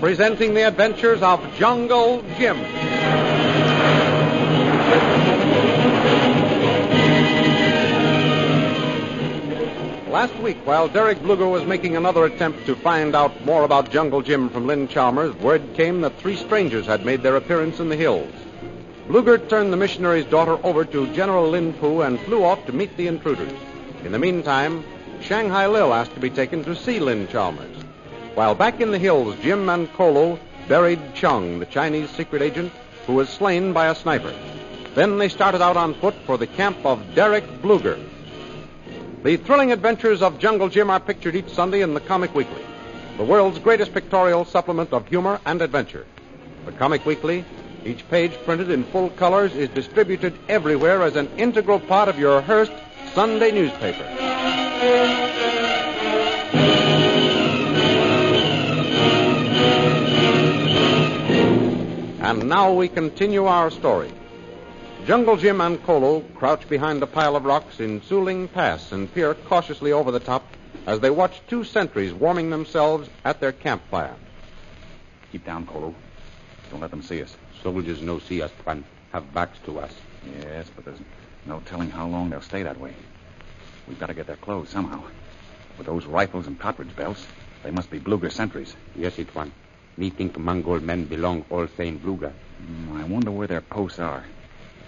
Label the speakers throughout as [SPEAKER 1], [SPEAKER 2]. [SPEAKER 1] presenting the adventures of Jungle Jim. Last week, while Derek Bluger was making another attempt to find out more about Jungle Jim from Lynn Chalmers, word came that three strangers had made their appearance in the hills. Bluger turned the missionary's daughter over to General Lin Pu and flew off to meet the intruders. In the meantime, Shanghai Lil asked to be taken to see Lin Chalmers. While back in the hills, Jim and Kolo buried Chung, the Chinese secret agent, who was slain by a sniper. Then they started out on foot for the camp of Derek Bluger. The thrilling adventures of Jungle Jim are pictured each Sunday in the Comic Weekly, the world's greatest pictorial supplement of humor and adventure. The Comic Weekly, each page printed in full colors, is distributed everywhere as an integral part of your Hearst Sunday newspaper. And now we continue our story. Jungle Jim and Kolo crouch behind a pile of rocks in Suling Pass and peer cautiously over the top as they watch two sentries warming themselves at their campfire.
[SPEAKER 2] Keep down, Kolo. Don't let them see us.
[SPEAKER 3] Soldiers no see us, Pan. Have backs to us.
[SPEAKER 2] Yes, but there's no telling how long they'll stay that way. We've got to get their clothes somehow. With those rifles and cartridge belts, they must be Bluger sentries.
[SPEAKER 3] Yes, it one. Me think Mongol men belong all same Bluger.
[SPEAKER 2] Mm, I wonder where their posts are.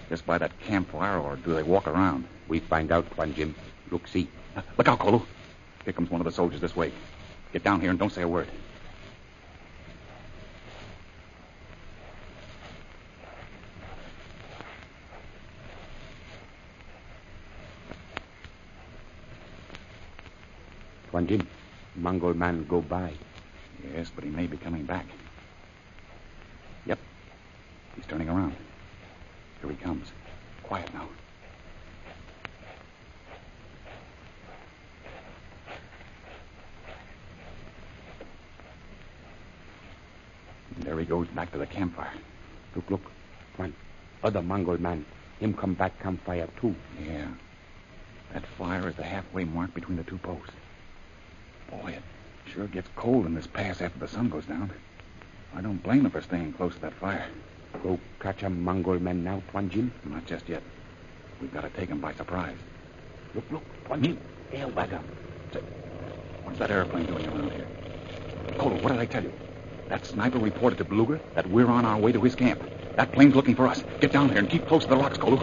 [SPEAKER 2] Just by that campfire, or do they walk around?
[SPEAKER 3] We find out, Quan Jim. Look, see.
[SPEAKER 2] Uh, Look out, Kolo. Here comes one of the soldiers this way. Get down here and don't say a word.
[SPEAKER 3] Quan Jim, Mongol man go by.
[SPEAKER 2] Yes, but he may be coming back. Yep. He's turning around. Here he comes. Quiet now. And there he goes back to the campfire.
[SPEAKER 3] Look, look. Quan, other Mongol man. Him come back campfire too.
[SPEAKER 2] Yeah. That fire is the halfway mark between the two posts. Boy, it sure gets cold in this pass after the sun goes down. I don't blame them for staying close to that fire.
[SPEAKER 3] Go catch a Mongol man now, Quan Jim.
[SPEAKER 2] Not just yet. We've got to take them by surprise.
[SPEAKER 3] Look, look, Quan Jim. Air wagon.
[SPEAKER 2] What's that airplane doing around here? Cole, what did I tell you? That sniper reported to Bluger that we're on our way to his camp. That plane's looking for us. Get down there and keep close to the rocks, Cole.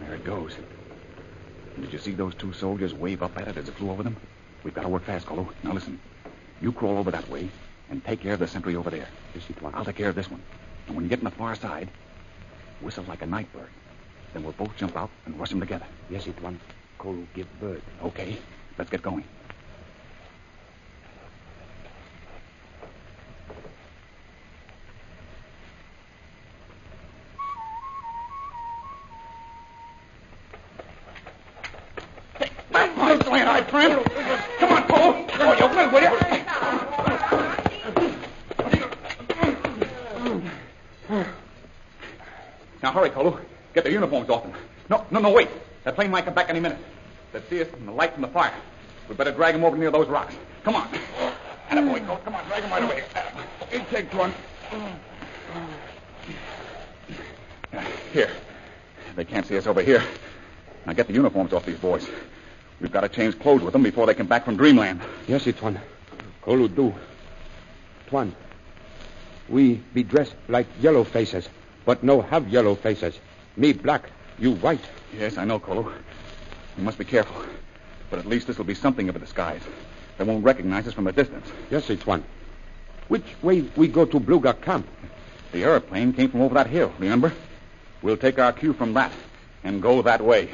[SPEAKER 2] There it goes. Did you see those two soldiers wave up at it as it flew over them? We've got to work fast, Colo. Now listen. You crawl over that way and take care of the sentry over there.
[SPEAKER 3] Yes, it
[SPEAKER 2] I'll
[SPEAKER 3] one.
[SPEAKER 2] take care of this one. And when you get on the far side, whistle like a night bird. Then we'll both jump out and rush them together.
[SPEAKER 3] Yes, it one. Kolo give bird.
[SPEAKER 2] Okay, let's get going. Come on, Cole. Oh, you will, will you? Now hurry, Kolo. Get their uniforms off them. No, no, no, wait. That plane might come back any minute. They'd see us from the light from the fire. We'd better drag them over near those rocks. Come on. And boy, Cole. Come on, drag them right away. Hey, take one. Here. They can't see us over here. Now get the uniforms off these boys. We've got to change clothes with them before they come back from dreamland.
[SPEAKER 3] Yes, it one. Kolo do. Twan. We be dressed like yellow faces, but no have yellow faces. Me black, you white.
[SPEAKER 2] Yes, I know, Kolo. We must be careful. But at least this will be something of a disguise. They won't recognize us from a distance.
[SPEAKER 3] Yes, it one. Which way we go to Bluga camp?
[SPEAKER 2] The airplane came from over that hill, remember? We'll take our cue from that and go that way.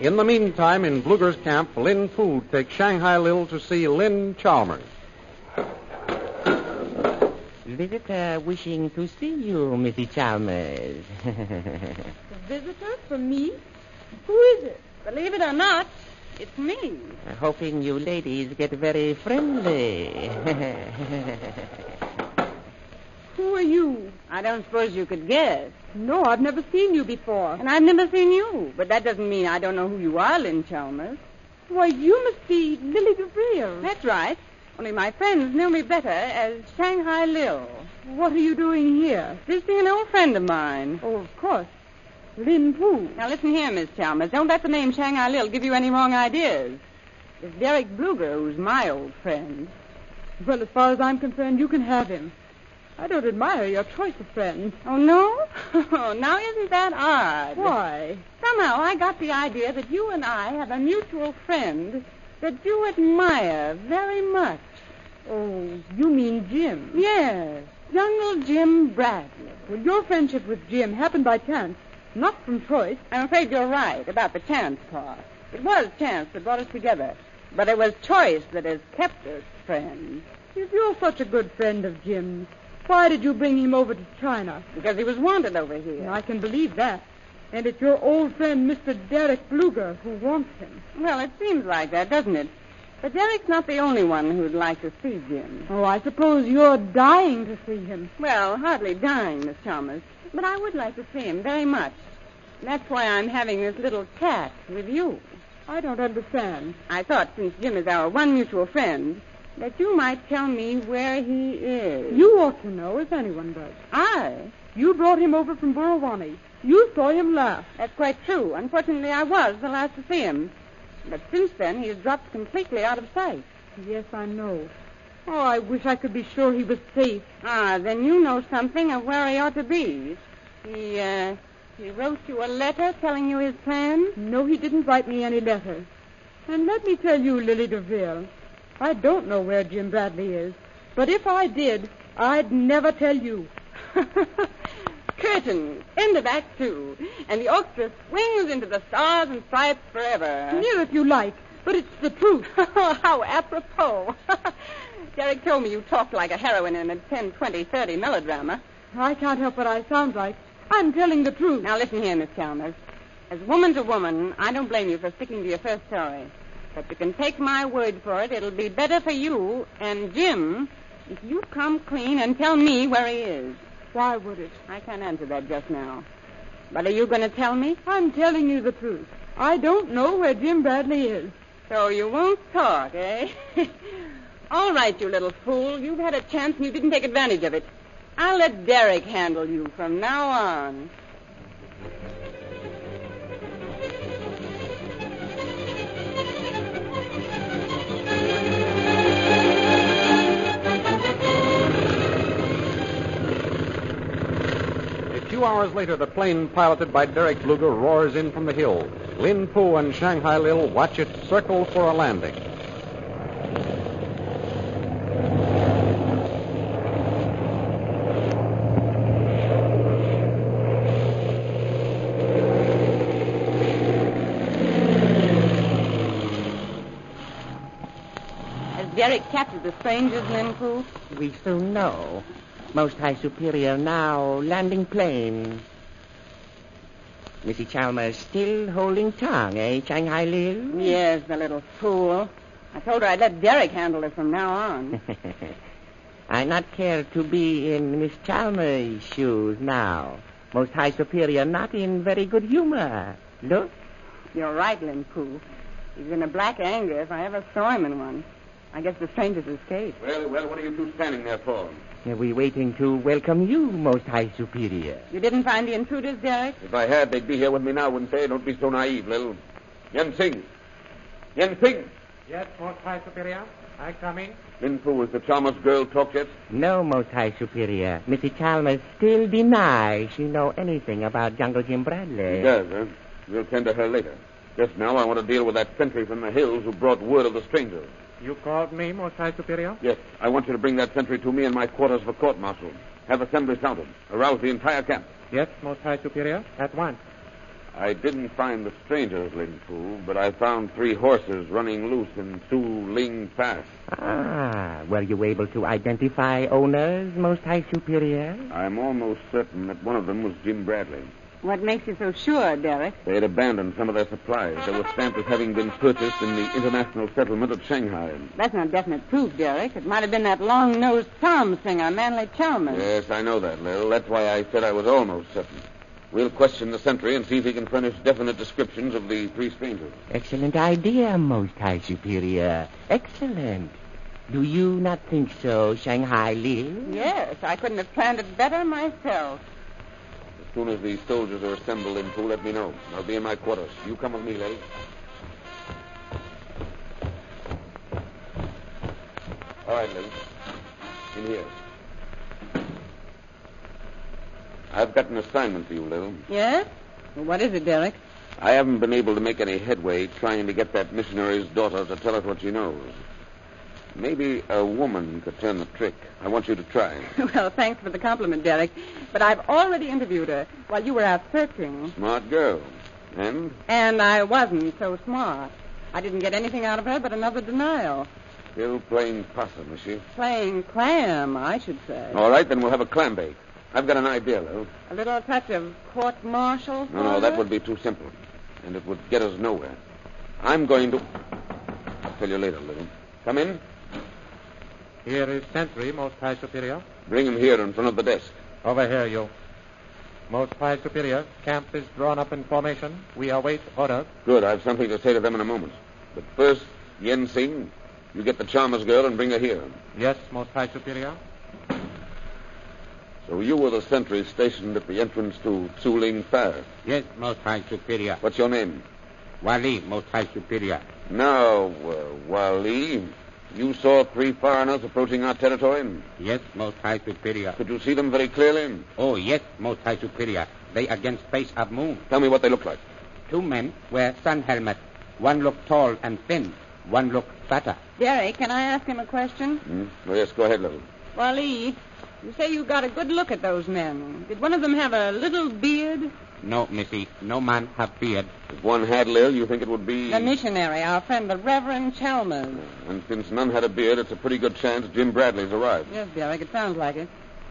[SPEAKER 1] In the meantime, in Bluger's camp, Lin Fu takes Shanghai Lil to see Lin Chalmers.
[SPEAKER 4] Visitor uh, wishing to see you, Mrs. Chalmers.
[SPEAKER 5] A visitor for me? Who is it? Believe it or not, It's me.
[SPEAKER 4] Hoping you ladies get very friendly.
[SPEAKER 5] Who are you? I don't suppose you could guess.
[SPEAKER 6] No, I've never seen you before.
[SPEAKER 5] And I've never seen you. But that doesn't mean I don't know who you are, Lynn Chalmers.
[SPEAKER 6] Why, you must be Lily DeVere.
[SPEAKER 5] That's right. Only my friends know me better as Shanghai Lil.
[SPEAKER 6] What are you doing here?
[SPEAKER 5] Visiting an old friend of mine.
[SPEAKER 6] Oh, of course. Lin Wu.
[SPEAKER 5] Now listen here, Miss Chalmers. Don't let the name Shanghai Lil give you any wrong ideas. It's Derek Bluger, who's my old friend.
[SPEAKER 6] Well, as far as I'm concerned, you can have him. I don't admire your choice of friends.
[SPEAKER 5] Oh, no? Oh, now, isn't that odd?
[SPEAKER 6] Why?
[SPEAKER 5] Somehow I got the idea that you and I have a mutual friend that you admire very much.
[SPEAKER 6] Oh, you mean Jim.
[SPEAKER 5] Yes, young Jim Bradley.
[SPEAKER 6] Well, your friendship with Jim happened by chance, not from choice.
[SPEAKER 5] I'm afraid you're right about the chance part. It was chance that brought us together, but it was choice that has kept us friends.
[SPEAKER 6] If you're such a good friend of Jim's, why did you bring him over to China?
[SPEAKER 5] Because he was wanted over here.
[SPEAKER 6] I can believe that. And it's your old friend, Mr. Derek Bluger, who wants him.
[SPEAKER 5] Well, it seems like that, doesn't it? But Derek's not the only one who'd like to see Jim.
[SPEAKER 6] Oh, I suppose you're dying to see him.
[SPEAKER 5] Well, hardly dying, Miss Chalmers. But I would like to see him very much. That's why I'm having this little cat with you.
[SPEAKER 6] I don't understand.
[SPEAKER 5] I thought, since Jim is our one mutual friend, that you might tell me where he is.
[SPEAKER 6] You ought to know, if anyone does.
[SPEAKER 5] I?
[SPEAKER 6] You brought him over from Burrawani. You saw him last.
[SPEAKER 5] That's quite true. Unfortunately, I was the last to see him. But since then, he's dropped completely out of sight.
[SPEAKER 6] Yes, I know. Oh, I wish I could be sure he was safe.
[SPEAKER 5] Ah, then you know something of where he ought to be. He, uh, he wrote you a letter telling you his plans?
[SPEAKER 6] No, he didn't write me any letter. And let me tell you, Lily DeVille, I don't know where Jim Bradley is. But if I did, I'd never tell you.
[SPEAKER 5] Curtain, end of Act Two, and the orchestra swings into the stars and stripes forever.
[SPEAKER 6] Sneer if you like, but it's the truth.
[SPEAKER 5] How apropos. Derek told me you talked like a heroine in a 10, 20, 30 melodrama.
[SPEAKER 6] I can't help what I sound like. I'm telling the truth.
[SPEAKER 5] Now listen here, Miss Chalmers. As woman to woman, I don't blame you for sticking to your first story. But you can take my word for it, it'll be better for you and Jim if you come clean and tell me where he is.
[SPEAKER 6] Why would it?
[SPEAKER 5] I can't answer that just now. But are you going to tell me?
[SPEAKER 6] I'm telling you the truth. I don't know where Jim Bradley is.
[SPEAKER 5] So you won't talk, eh? All right, you little fool. You've had a chance and you didn't take advantage of it. I'll let Derek handle you from now on.
[SPEAKER 1] A few hours later, the plane piloted by Derek Bluger roars in from the hills. Lin Po and Shanghai Lil watch it circle for a landing.
[SPEAKER 5] Has Derek captured the strangers, Lin Fu?
[SPEAKER 4] we soon know. Most High Superior now landing plane. Missy Chalmers still holding tongue, eh, Shanghai Lil?
[SPEAKER 5] Yes, the little fool. I told her I'd let Derek handle her from now on.
[SPEAKER 4] I not care to be in Miss Chalmers' shoes now. Most High Superior not in very good humor. Look.
[SPEAKER 5] You're right, Lin Fu. He's in a black anger if I ever saw him in one. I guess the strangers escaped.
[SPEAKER 2] Well, well, what are you two standing there for?
[SPEAKER 4] Are we waiting to welcome you, Most High Superior?
[SPEAKER 5] You didn't find the intruders, Derek?
[SPEAKER 2] If I had, they'd be here with me now, wouldn't they? Don't be so naive, Lil. Yen Sing. Yen Sing.
[SPEAKER 7] Yes, Most High Superior. I come in.
[SPEAKER 2] Lin Fu, was the Chalmers girl talked yet?
[SPEAKER 4] No, Most High Superior. Missy Chalmers still denies she know anything about Jungle Jim
[SPEAKER 2] She
[SPEAKER 4] Bradley.
[SPEAKER 2] does, huh? eh? We'll tend to her later. Just now, I want to deal with that sentry from the hills who brought word of the stranger.
[SPEAKER 7] You called me Most High Superior?
[SPEAKER 2] Yes, I want you to bring that sentry to me in my quarters for court martial. Have assembly sounded. Arouse the entire camp.
[SPEAKER 7] Yes, Most High Superior. At once.
[SPEAKER 2] I didn't find the strangers, Ling Fu, but I found three horses running loose in Su Ling Pass.
[SPEAKER 4] Ah, were you able to identify owners, Most High Superior?
[SPEAKER 2] I'm almost certain that one of them was Jim Bradley.
[SPEAKER 5] What makes you so sure, Derek?
[SPEAKER 2] They had abandoned some of their supplies. They were stamped as having been purchased in the international settlement at Shanghai.
[SPEAKER 5] That's not definite proof, Derek. It might have been that long-nosed psalm singer, Manly Chalmers.
[SPEAKER 2] Yes, I know that, Lil. That's why I said I was almost certain. We'll question the sentry and see if he can furnish definite descriptions of the three strangers.
[SPEAKER 8] Excellent idea, Most High Superior. Excellent. Do you not think so, Shanghai Lil?
[SPEAKER 5] Yes, I couldn't have planned it better myself.
[SPEAKER 2] As soon as the soldiers are assembled in two, let me know. I'll be in my quarters. You come with me, Lil. All right, Lil. In here. I've got an assignment for you, Lil.
[SPEAKER 5] Yes? Well, what is it, Derek?
[SPEAKER 2] I haven't been able to make any headway trying to get that missionary's daughter to tell us what she knows. Maybe a woman could turn the trick. I want you to try.
[SPEAKER 5] well, thanks for the compliment, Derek. But I've already interviewed her while you were out searching.
[SPEAKER 2] Smart girl. And
[SPEAKER 5] And I wasn't so smart. I didn't get anything out of her but another denial.
[SPEAKER 2] still playing possum, is she?
[SPEAKER 5] Playing clam, I should say.
[SPEAKER 2] All right, then we'll have a clam bake. I've got an idea, Lil.
[SPEAKER 5] A little touch of court martial.
[SPEAKER 2] No, no, that would be too simple. And it would get us nowhere. I'm going to. I'll tell you later, Lil. Come in.
[SPEAKER 9] Here is sentry, Most High Superior.
[SPEAKER 2] Bring him here in front of the desk.
[SPEAKER 9] Over here, you. Most High Superior, camp is drawn up in formation. We await orders.
[SPEAKER 2] Good. I've something to say to them in a moment. But first, Yen Sing, you get the Chalmers girl and bring her here.
[SPEAKER 9] Yes, Most High Superior.
[SPEAKER 2] So you were the sentry stationed at the entrance to Tsuling Fair.
[SPEAKER 4] Yes, Most High Superior.
[SPEAKER 2] What's your name?
[SPEAKER 4] Wali, Most High Superior.
[SPEAKER 2] Now, uh, Wali, you saw three foreigners approaching our territory.
[SPEAKER 4] Yes, Most High Superior.
[SPEAKER 2] Could you see them very clearly?
[SPEAKER 4] Oh, yes, Most High Superior. They against face of moon.
[SPEAKER 2] Tell me what they look like.
[SPEAKER 4] Two men wear sun helmet. One look tall and thin. One look fatter.
[SPEAKER 5] Derek, can I ask him a question?
[SPEAKER 2] Hmm? Oh, yes, go ahead, Little.
[SPEAKER 5] Wally, you say you got a good look at those men. Did one of them have a little beard?
[SPEAKER 4] No, missy, no man have beard.
[SPEAKER 2] If one had, Lil, you think it would be.
[SPEAKER 5] The missionary, our friend, the Reverend Chalmers.
[SPEAKER 2] And since none had a beard, it's a pretty good chance Jim Bradley's arrived.
[SPEAKER 5] Yes, Derek, it sounds like it.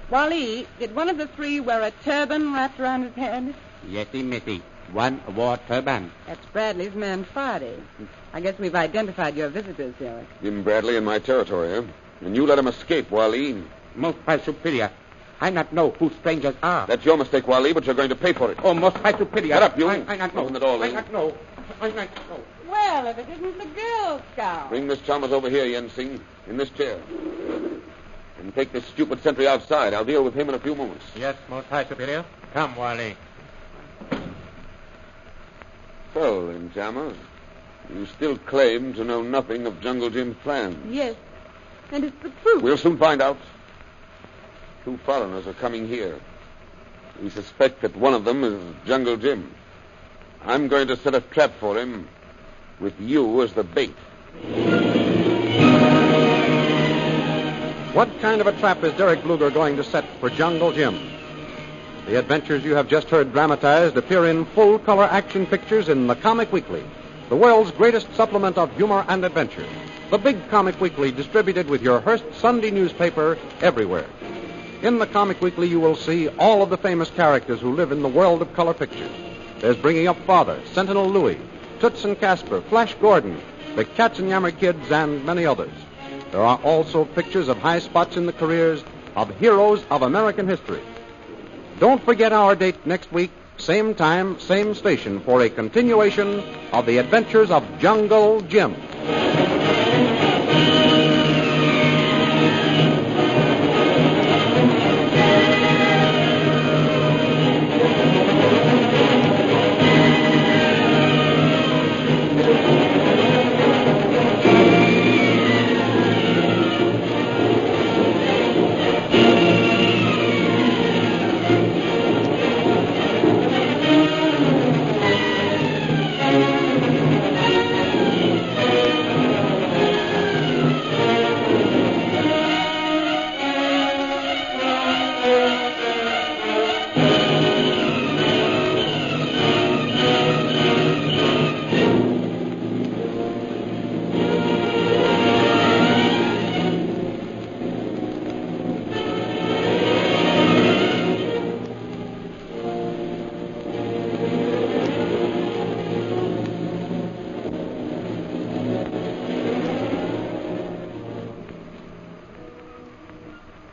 [SPEAKER 5] Wally, did one of the three wear a turban wrapped around his head?
[SPEAKER 4] Yesy, missy. One wore turban.
[SPEAKER 5] That's Bradley's man, Friday. I guess we've identified your visitors, Derek.
[SPEAKER 2] Jim Bradley in my territory, eh? And you let him escape, Wali.
[SPEAKER 4] Most High Superior. I not know who strangers are.
[SPEAKER 2] That's your mistake, Wali, but you're going to pay for it.
[SPEAKER 4] Oh, Most High Superior.
[SPEAKER 2] Get up, you.
[SPEAKER 4] I, I not know.
[SPEAKER 2] Open the door,
[SPEAKER 4] I
[SPEAKER 2] Lil.
[SPEAKER 4] not know. I not know.
[SPEAKER 5] Well, if it isn't the Girl Scout.
[SPEAKER 2] Bring Miss Chalmers over here, Yen Sing, in this chair. And take this stupid sentry outside. I'll deal with him in a few moments.
[SPEAKER 9] Yes, Most High Superior. Come, Wally.
[SPEAKER 2] So, then, Chalmers, you still claim to know nothing of Jungle Jim's plan.
[SPEAKER 6] Yes. And it's the truth.
[SPEAKER 2] We'll soon find out. Two foreigners are coming here. We suspect that one of them is Jungle Jim. I'm going to set a trap for him with you as the bait.
[SPEAKER 1] What kind of a trap is Derek Bluger going to set for Jungle Jim? The adventures you have just heard dramatized appear in full color action pictures in The Comic Weekly, the world's greatest supplement of humor and adventure. The Big Comic Weekly, distributed with your Hearst Sunday newspaper everywhere. In The Comic Weekly, you will see all of the famous characters who live in the world of color pictures. There's Bringing Up Father, Sentinel Louie, Toots and Casper, Flash Gordon, the Katzenjammer Kids, and many others. There are also pictures of high spots in the careers of heroes of American history. Don't forget our date next week, same time, same station, for a continuation of the adventures of Jungle Jim.